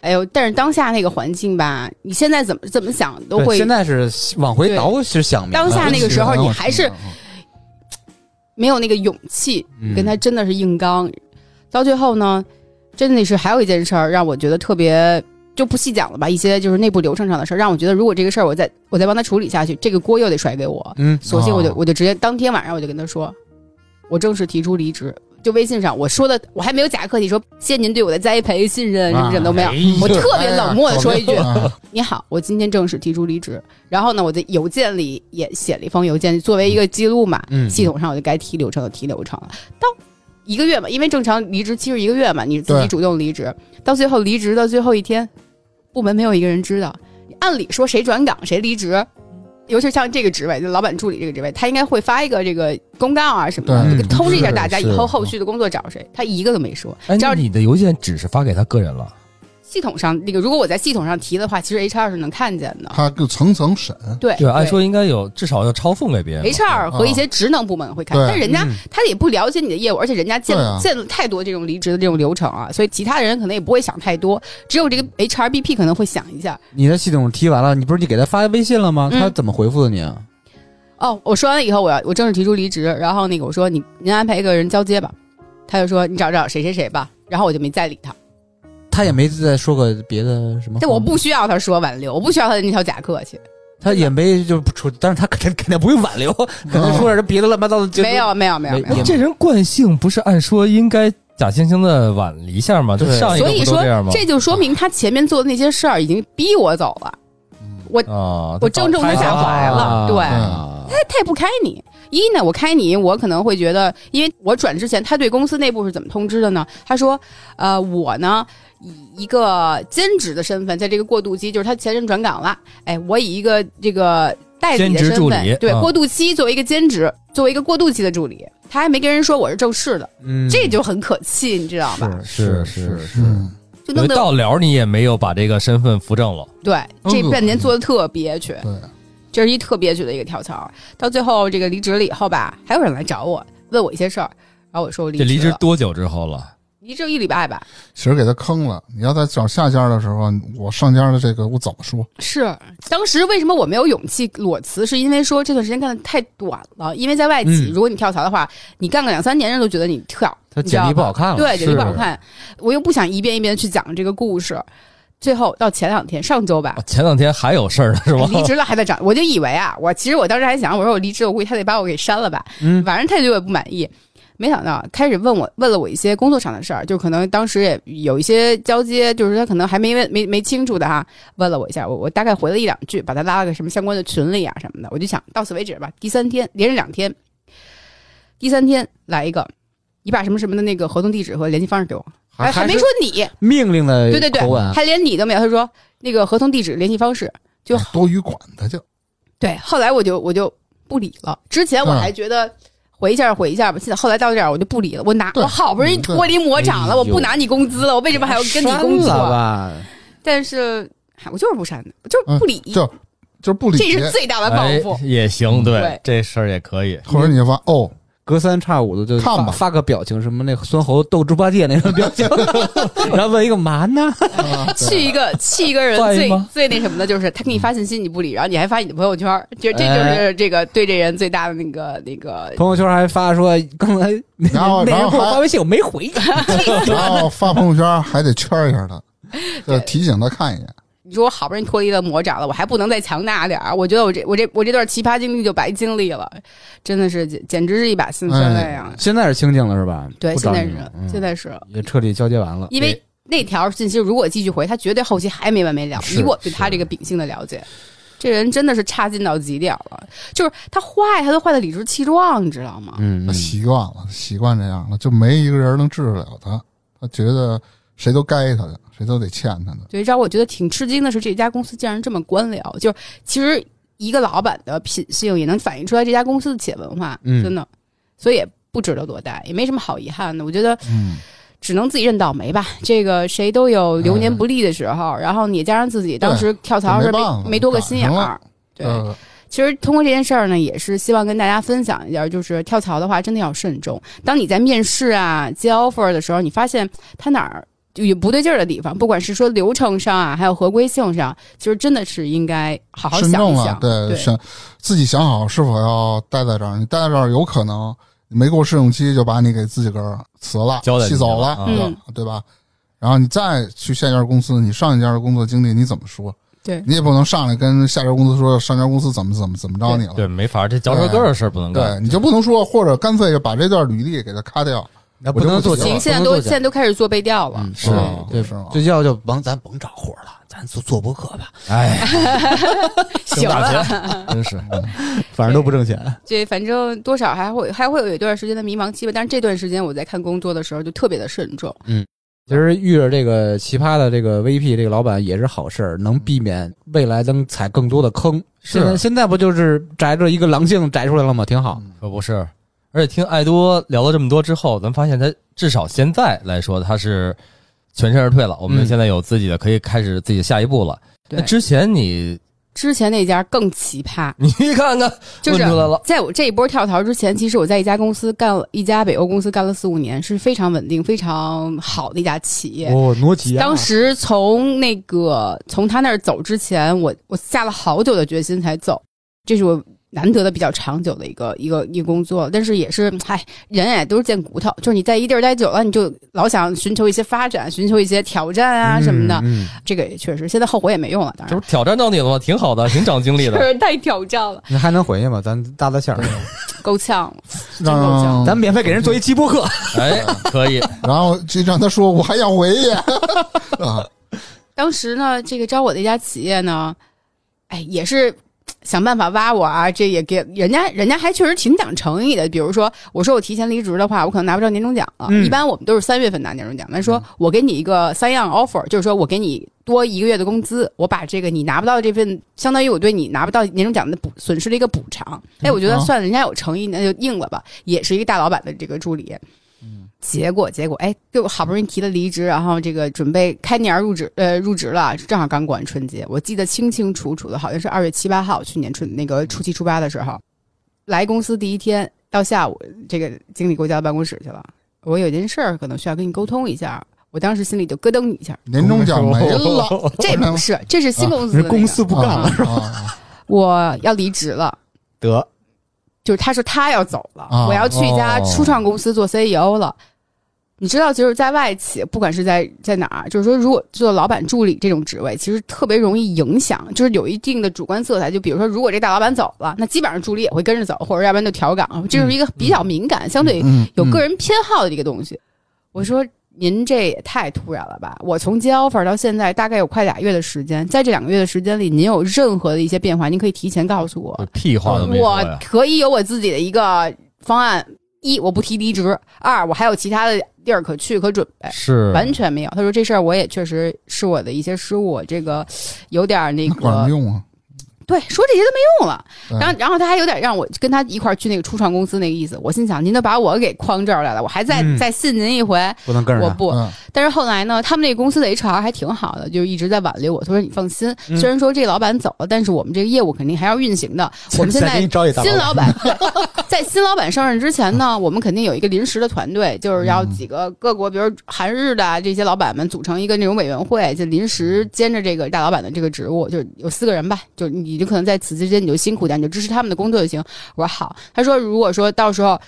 哎呦，但是当下那个环境吧，你现在怎么怎么想都对会现在是往回倒是想明白当下那个时候嗯你还是没有那个勇气嗯跟他真的是硬刚。到最后呢，真的是还有一件事儿让我觉得特别就不细讲了吧，一些就是内部流程上的事儿，让我觉得如果这个事儿我再我再帮他处理下去，这个锅又得甩给我。嗯索性我就哦我就直接当天晚上我就跟他说，我正式提出离职。就微信上我说的，我还没有假客气说谢谢您对我的栽培、信任什么什么都没有，我特别冷漠的说一句：“嗯你啊哎好，我今天正式提出离职。”然后呢，我的邮件里也写了一封邮件，作为一个记录嘛，嗯系统上我就该提流程就提流程了。到一个月嘛，因为正常离职期是一个月嘛，你自对己主动离职，到最后离职的最后一天，部门没有一个人知道。按理说谁转岗谁离职，尤其是像这个职位，就老板助理这个职位，他应该会发一个这个公告啊什么的，对就通知一下大家嗯是以后是后续的工作找谁。他一个都没说，哎，只那要你的邮件只是发给他个人了，系统上那个，如果我在系统上提的话，其实 HR 是能看见的。他就层层审，哎对，对，按说应该有至少要抄送给别人吧。 HR 和一些职能部门会看，对但人家嗯他也不了解你的业务，而且人家见对啊见了太多这种离职的这种流程啊，所以其他的人可能也不会想太多，只有这个 HRBP 可能会想一下。你的系统提完了，你不是你给他发微信了吗？嗯他怎么回复的你啊？哦，我说完了以后，我要我正式提出离职，然后那个我说你您安排一个人交接吧，他就说你找找谁谁谁吧，然后我就没再理他。他也没再说个别的什么话吗，但我嗯不需要他说挽留，我不需要他的那条假客气，他也没就不出，但是他肯定肯定不会挽留，肯定说点别的乱七八糟的。就哦没，有没有没有没没那有。啊这人惯性不是按说应该假惺惺的挽一下吗？就对上一个所不以都说这样吗？这就说明他前面做的那些事儿已经逼我走了，啊，我正中他下怀了，啊对。啊他也不开你。一呢，我开你，我可能会觉得，因为我转之前，他对公司内部是怎么通知的呢？他说，呃，我呢以一个兼职的身份，在这个过渡期，就是他前任转岗了，哎，我以一个这个代理兼的职助身理份，对啊，过渡期作为一个兼职，作为一个过渡期的助理，他还没跟人说我是正式的，嗯这就很可气，你知道吧？是是是，嗯，就弄得到了你也没有把这个身份扶正了，对这嗯半年做的特憋屈。对，这是一特憋屈的一个跳槽。到最后这个离职了以后吧，还有人来找我问我一些事儿，然后我说我离这离职了多久之后了？离职一礼拜吧，其实给他坑了。你要在找下家的时候，我上家的这个我怎么说？是当时为什么我没有勇气裸辞，是因为说这段时间干的太短了，因为在外企，嗯如果你跳槽的话，你干个两三年人都觉得你跳，他你知简道历不好吧？看了，对，简历是不好看，我又不想一遍一遍地去讲这个故事。最后到前两天，上周吧啊，前两天还有事儿呢，是吧？离职了还在涨，我就以为啊，我其实我当时还想，我说我离职，我估计他得把我给删了吧，嗯反正他对我也不满意。没想到开始问我问了我一些工作上的事儿，就可能当时也有一些交接，就是他可能还没问没没清楚的哈，问了我一下，我我大概回了一两句，把他拉了个什么相关的群里啊什么的，我就想到此为止吧。第三天连着两天，第三天来一个，你把什么什么的那个合同地址和联系方式给我，哎还还没啊是说你，命令的对对对口吻，，啊还连你都没有，他说那个合同地址联系方式，就哎多余管他去。对，后来我就我就不理了。之前嗯我还觉得回一下回一下吧，现在后来到这儿我就不理了。我拿对我好不容易嗯对脱离魔掌哎了，呦我不拿你工资了，我为什么还要跟你工删了作？吧？但是嗨我就是不删的，我就是不理，嗯就就是不理这解是，最大的报哎复。，也行，对对，这事儿也可以。或者你就发 哦，隔三差五的就看吧发发个表情，什么那个孙猴斗猪八戒那种表 情，然后问一个嘛 呢？啊气一个气一个人在意最吗最那什么的，就是他给你发信息你不理，然后你还发你的朋友圈儿，就这哎就是这个对这人最大的那个那个朋友圈还发说刚才那然后那然后人给我还发微信我没回，对然后发朋友圈还得圈一下他，就提醒他看一眼。你说我好不容易脱离了魔掌了，我还不能再强大点儿？我觉得我这我这我这段奇葩经历就白经历了，真的是简简直是一把辛酸哎泪啊！现在是清静了是吧？对，不现找在你是了嗯现在是也彻底交接完了。因为对那条信息如果继续回，他绝对后期还没完没了。是以我对他这个秉性的了解，这人真的是差劲到极点了，就是他坏，他都坏的理直气壮，你知道吗？嗯，嗯习惯了，习惯这样了，就没一个人能治得了他。他觉得谁都该他的，谁都得欠他的。对，让我觉得挺吃惊的是，这家公司竟然这么官僚。就是其实一个老板的品性也能反映出来这家公司的企业文化，嗯真的，所以也不值得多待，也没什么好遗憾的。我觉得嗯，只能自己认倒霉吧。这个谁都有流年不利的时候，然后你也加上自己当时跳槽嗯也没是办法没多个心眼赶上儿了，对，呃其实通过这件事儿呢，也是希望跟大家分享一下，就是跳槽的话真的要慎重。当你在面试啊、接 offer 的时候，你发现他哪儿有不对劲儿的地方，不管是说流程上啊，还有合规性上，其实真的是应该好好慎想重一了想。，对，对想自己想好是否要待在这儿。你待在这儿，有可能没过试用期就把你给自己个儿辞了交代，你气走了了，啊对嗯吧对吧？然后你再去下一家公司，你上一家的工作经历你怎么说？对你也不能上来跟下家公司说上家公司怎么怎么怎么着你了，对，没法儿，这嚼舌根儿的事儿不能干。对，你就不能说，或者干脆就把这段履历给它咔掉。那不能做假，行，现在不能都做假现在都开始做背调了。嗯是哦对是吗就要就甭咱甭找活了，咱做做播客吧，哎，挣 行大了，钱，真是。反正都不挣钱。这反正多少还会还会有一段时间的迷茫期吧。但是这段时间我在看工作的时候就特别的慎重。其实遇着这个奇葩的这个 VP 这个老板也是好事儿，能避免未来能踩更多的坑。是现在现在不就是摘着一个狼性摘出来了吗？挺好。可不是。而且听艾多聊了这么多之后，咱发现他至少现在来说，他是全身而退了。我们嗯现在有自己的，可以开始自己的下一步了。对那之前你之前那家更奇葩，你看看，就是问出来了在我这一波跳槽之前，其实我在一家公司干了一家北欧公司干了四五年，是非常稳定、非常好的一家企业。啊哦，挪吉亚当时从那个从他那儿走之前，我我下了好久的决心才走，这是我难得的比较长久的一个一个一个工作，但是也是，唉，人也都是贱骨头，就是你在一地儿待久了，你就老想寻求一些发展，寻求一些挑战啊什么的，嗯这个也确实，现在后悔也没用了，当这然不。是挑战到你了吗？挺好的，挺长经历的。是 太挑战了，你还能回去吗？咱搭搭线儿，够呛。真够让 呛咱免费给人做一期播客。哎，可以，然后就让他说我还想回去啊，当时呢，这个招我的一家企业呢，哎，也是想办法挖我啊，这也给人家，人家还确实挺讲诚意的。比如说，我说我提前离职的话，我可能拿不着年终奖了。嗯一般我们都是三月份拿年终奖，他说、我给你一个三样 offer，就是说我给你多一个月的工资，我把这个你拿不到这份，相当于我对你拿不到年终奖的补损失的一个补偿。哎，我觉得嗯算了，人家有诚意，那就应了吧。也是一个大老板的这个助理。结果，结果，哎，对我好不容易提了离职，然后这个准备开年儿入职，呃，入职了，正好刚过完春节，我记得清清楚楚的，好像是二月七八号，去年春那个初七初八的时候，来公司第一天到下午，这个经理给我叫到办公室去了，我有件事儿可能需要跟你沟通一下，我当时心里就咯噔一下，年终奖没人了老，这不是，这是新 公司的那个、 不啊啊我要离职了。得，就是他说他要走了，啊我要去一家初创公司做 CEO 了。你知道，就是在外企，不管是在在哪儿，就是说，如果做老板助理这种职位，其实特别容易影响，就是有一定的主观色彩。就比如说，如果这大老板走了，那基本上助理也会跟着走，或者要不然就调岗。这是一个比较敏感，相对嗯，哎有个人偏好的一个东西。我说您这也太突然了吧！我从接 offer 到现在大概有快俩月的时间，在这两个月的时间里，您有任何的一些变化，您可以提前告诉我。 屁话都没说嗯我呀。可以有我自己的一个方案：一，我不提离职；二，我还有其他的地儿可去可准备。是，完全没有，他说这事儿我也确实是我的一些失误，这个有点儿那那管什么个，用啊？对，说这些都没用了。对然后，然后他还有点让我跟他一块儿去那个初创公司那个意思，我心想您都把我给诓这儿来了，我还再、嗯啊再信您一回，不能跟我上他。不。嗯但是后来呢，他们那个公司的 HR 还挺好的，就一直在挽留我。他说：“你放心，嗯虽然说这老板走了，但是我们这个业务肯定还要运行的。 我们现再给在你招一大新老老板 在新老板上任之前呢，我们肯定有一个临时的团队，就是要几个各国，比如韩日的啊这些老板们组成一个那种委员会，就临时兼着这个大老板的这个职务，就是有四个人吧。就是你就可能在此之间你就辛苦点，你就支持他们的工作就行。我说好。他说如果说到时候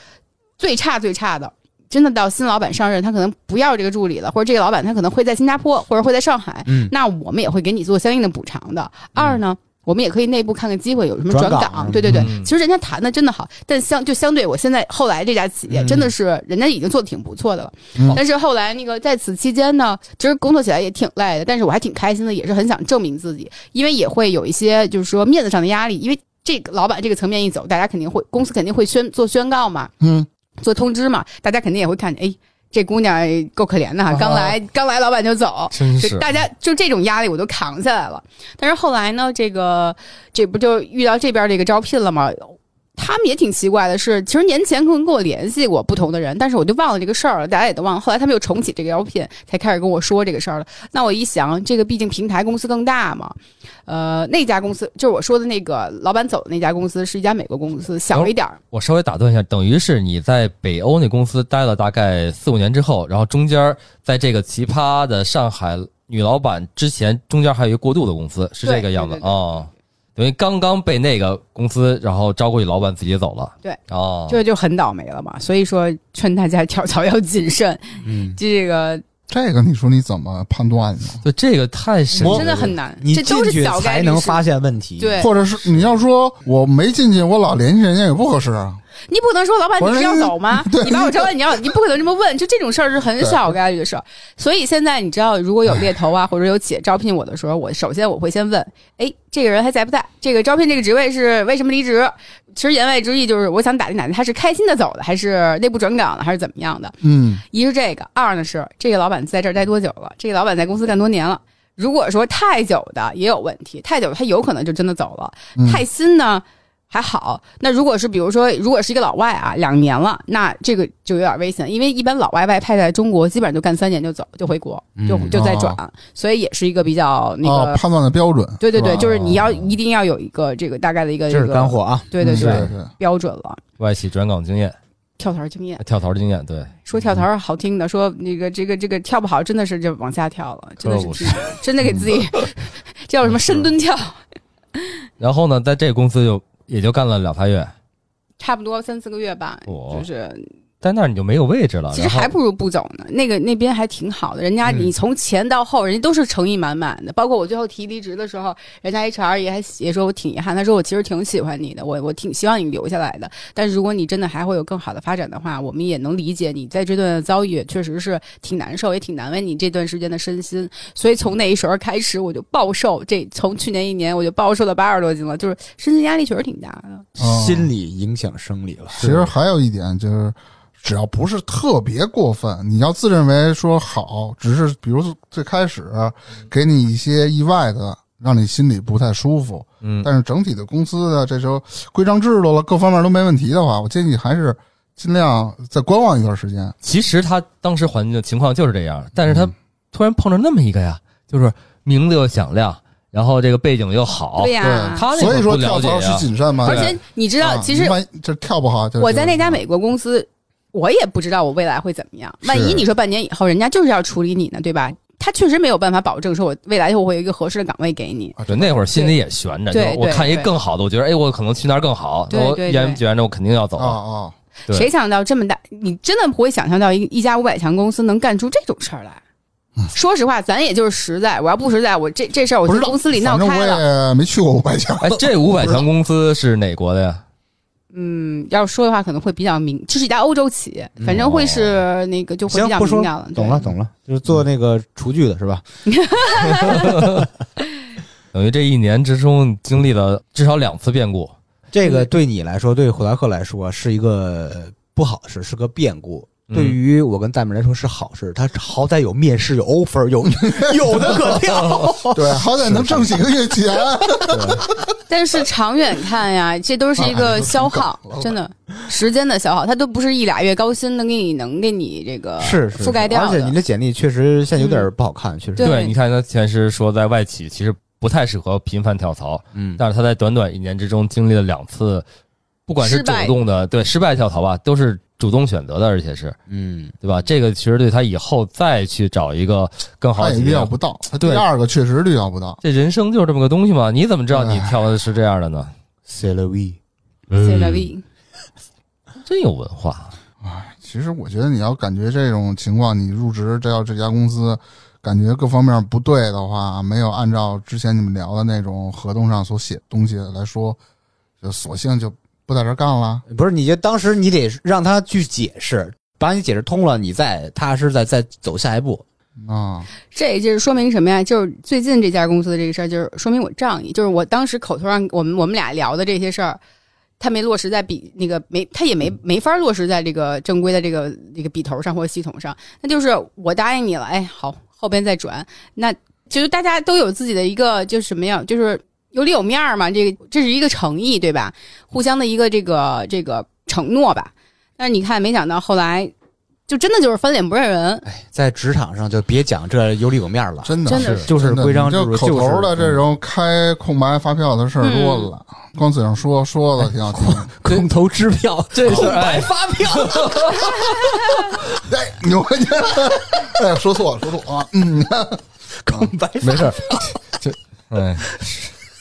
最差最差的。真的到新老板上任，他可能不要这个助理了，或者这个老板他可能会在新加坡或者会在上海，嗯那我们也会给你做相应的补偿的。二呢，我们也可以内部看看机会有什么转转岗岗，对对对。嗯其实人家谈的真的好，但相就相对我现在后来这家企业嗯真的是人家已经做的挺不错的了，嗯但是后来那个在此期间呢，其实工作起来也挺累的，但是我还挺开心的，也是很想证明自己，因为也会有一些就是说面子上的压力，因为这个老板这个层面一走，大家肯定会公司肯定会宣做宣告嘛，嗯，做通知嘛，大家肯定也会看见，哎，这姑娘够可怜的哈，刚来刚来老板就走，真就是大家就这种压力我都扛下来了。但是后来呢，这个这不就遇到这边这个招聘了吗？他们也挺奇怪的是，其实年前可能跟我联系过不同的人，但是我就忘了这个事儿了，大家也都忘了。后来他们又重启这个招聘，才开始跟我说这个事儿了。那我一想，这个毕竟平台公司更大嘛，呃，那家公司就是我说的那个老板走的那家公司是一家美国公司，小了一点儿，我稍微打断一下，等于是你在北欧那公司待了大概四五年之后，然后中间在这个奇葩的上海女老板之前，中间还有一个过渡的公司，是这个样子对对对哦。等于刚刚被那个公司然后招过去，老板自己走了。对，哦，这就很倒霉了嘛。所以说，劝大家 跳槽要谨慎，嗯，这个这个你说你怎么判断呢？对，这个太神奇了，真的很难，你这都进是去小概才率能事件发现问题。对，或者是你要说我没进去，我老联系人家也不合适啊。你不能说老板我你是要是走吗？你把我招来，你要你不可能这么问，就这种事儿是很小概率的事儿。所以现在你知道，如果有猎头啊， 或者有企业招聘我的时候，我首先我会先问，哎，这个人还在不在？这个招聘这个职位是为什么离职？其实言外之意就是，我想打听打听他是开心的走的，还是内部转岗的，还是怎么样的？嗯，一是这个，二呢是这个老板在这儿待多久了？这个老板在公司干多年了？如果说太久的也有问题，太久他有可能就真的走了。嗯太新呢还好，那如果是比如说，如果是一个老外啊，两年了，那这个就有点危险，因为一般老外外派在中国，基本上就干三年就走，就回国，就嗯就再转，哦所以也是一个比较那哦个。，判断的标准，对对对，吧就是你要一定要有一个这个大概的一个这是干，货啊！一个对对是对，是标准了。外企转岗经验、跳槽经验，跳槽经验，对，说跳槽是好听的，说那个这个这个跳不好，真的是就往下跳了，真的可不是挺真的给自己叫什么深蹲跳，然后呢，在这个公司就也就干了两仨月，差不多三四个月吧，哦就是在那儿你就没有位啊置了。其实还不如不走呢。那个那边还挺好的，人家嗯你从前到后，人家都是诚意满满的。包括我最后提离职的时候，人家 HR 也还也说我挺遗憾，他说我其实挺喜欢你的，我我挺希望你留下来的。但是如果你真的还会有更好的发展的话，我们也能理解你在这段遭遇也确实是挺难受，也挺难为你这段时间的身心。所以从那一时候开始，我就暴瘦，这从去年一年我就暴瘦到八十多斤了，就是身心压力确实挺大的。哦心理影响生理了。其实还有一点就是，只要不是特别过分，你要自认为说好，只是比如最开始给你一些意外的，让你心里不太舒服，嗯，但是整体的公司的这时候规章制度了，各方面都没问题的话，我建议还是尽量再观望一段时间。其实他当时环境情况就是这样，但是他嗯突然碰着那么一个呀，就是名字又响亮，然后这个背景又好，对呀、哦对，他那会所儿以不说了跳解槽是呀。谨慎嘛。啊而对且你知道，啊其实你万一这跳不好，就我在那家就美国公司，我也不知道我未来会怎么样。万一是你说半年以后，人家就是要处理你呢，对吧？他确实没有办法保证说我未来我会有一个合适的岗位给你。对，那会儿心里也悬着，就对是我对看一对更好的，我觉得哎，我可能去那儿更好，对我对毅然对决然的，我肯定要走啊。啊，对谁想到这么大？你真的不会想象到一一家五百强公司能干出这种事儿来。说实话，咱也就是实在。我要不实在，我这这事儿我嗯不去知道公司里闹反正开了。我也没去过五百 强。哎，这五百强公司是哪国的呀？嗯，要说的话可能会比较明，这是一家欧洲企业，反哦正会是那个就会比行较不说明了了。懂了，懂了，就是做那个厨具的是吧？等于这一年之中经历了至少两次变故，这个对你来说，对胡达克来说是一个不好事，是个变故。嗯对于我跟大明来说是好事，他好歹有面试，有 offer，有有的可跳。 对，好歹能挣几个月钱。但是长远 看呀，这都是一个消耗啊老板，真的时间的消耗，它都不是一俩月高薪能给你能给你这 个是是覆盖掉而且的你。的简历确实现在有点不好看，确实，对你看他前是说在外企其实不太适合频繁跳槽，嗯，但是他在短短一年之中经历了两次，不管是失主败动的对失败跳槽吧，都是主动选择的，而且是嗯，对吧？这个其实对他以后再去找一个更好他的也企预业料不到，他第对二个确实预料不到。这人生就是这么个东西嘛，你怎么知道你哎跳的是这样的呢？ c l v 谢了 V，真有文化，哎其实我觉得你要感觉这种情况，你入职这要这家公司感觉各方面不对的话，没有按照之前你们聊的那种合同上所写的东西来说，就索性就不在这儿干了。不是，你就当时你得让他去解释，把你解释通了，你再踏实再再走下一步。啊，这就是说明什么呀？就是最近这家公司的这个事儿，就是说明我仗义，就是我当时口头上我们我们俩聊的这些事儿，他没落实在笔那个没，他也没没法落实在这个正规的这个这个笔头上或者系统上。那就是我答应你了，哎，好，后边再转。那其实大家都有自己的一个就是什么呀，就是有里有面儿嘛，这个这是一个诚意，对吧？互相的一个这个这个承诺吧。但是你看，没想到后来就真的就是翻脸不认人。在职场上就别讲这有里有面了，真的真的是就是真的规章你制这度，口头的这种开空白发票的事儿多了，嗯光嘴上说说的挺好听。 空头支票，这是白发票。哎，牛回去！哎，说错了，说错了啊！嗯，空白没事儿，这哎，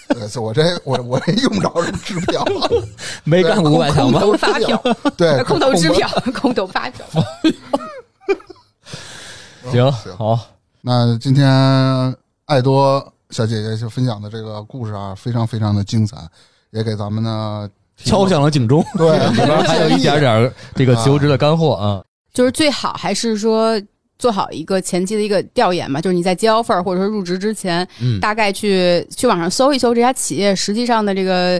对我这我我这用不着什么支票，没干过五百强吧？空头发 支票票，对， 空头支票，空头发票。行行好，那今天爱多小姐姐就分享的这个故事啊，非常非常的精彩，也给咱们呢敲响了警钟。对里边还有一点点儿这个求职的干货啊， 就是最好还是说做好一个前期的一个调研嘛，就是你在接 offer 或者说入职之前，嗯大概去去网上搜一搜这家企业实际上的这个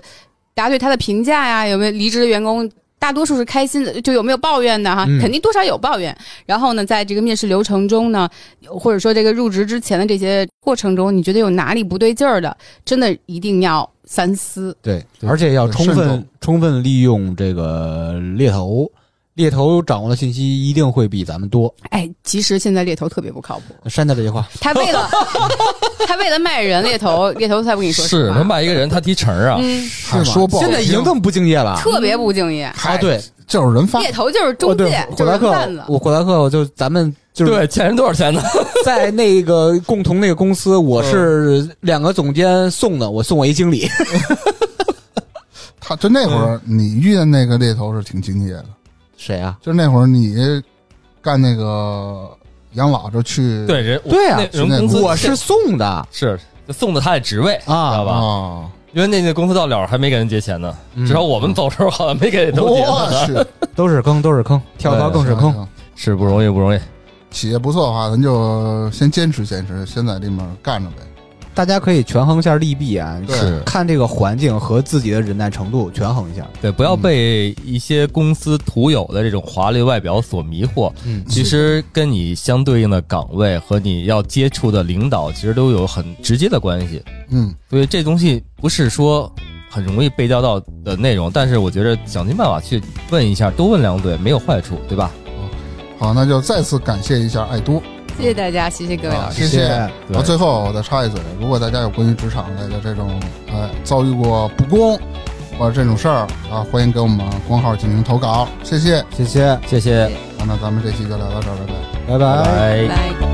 大家对他的评价呀，有没有离职的员工。大多数是开心的，就有没有抱怨的哈？嗯肯定多少有抱怨。然后呢，在这个面试流程中呢，或者说这个入职之前的这些过程中，你觉得有哪里不对劲儿的，真的一定要三思。对，而且要充慎分重充分利用这个猎头，猎头掌握的信息一定会比咱们多。哎，其实现在猎头特别不靠谱，删掉这句话，他为了他为了卖人猎头，猎头才不跟你说是实话能把一个人他提成儿啊，嗯，还说不好现听在已经这么不敬业了。特别不敬业。啊，还对，哎就是人贩猎头就是我中哦对介，火就是达克贩子，。我火达克，我就咱们就是对，欠人多少钱呢？ 在那个共同那个公司，我是两个总监送的，我送我一经理，他就那会儿你遇见那个猎头是挺敬业的，谁啊？就是那会儿你干那个养老就去对人，我对啊那人公司我是送的是送的他的职位，知道啊，吧？啊，因为那那公司到了还没给人结钱呢，嗯至少我们走时候好像没给都结呢，我去，都是坑，都是坑，跳槽更是坑。。是不容易不容易。企业不错的话，咱就先坚持坚持，先在里面干着呗。大家可以权衡一下利弊啊，对是看这个环境和自己的忍耐程度，权衡一下。对，不要被一些公司徒有的这种华丽外表所迷惑。嗯其实跟你相对应的岗位和你要接触的领导，其实都有很直接的关系。嗯，所以这东西不是说很容易被调到的内容，但是我觉得想尽办法去问一下，多问两嘴没有坏处，对吧？好，那就再次感谢一下爱多，谢谢大家，谢谢各位老啊谢师。谢谢谢。然后最后我再插一嘴，如果大家有关于职场类的这种呃遭遇过不公或者这种事儿啊，欢迎给我们公号进行投稿，谢谢。啊谢谢，谢谢，好那咱们这期就聊到这儿，拜拜。拜拜拜拜拜拜。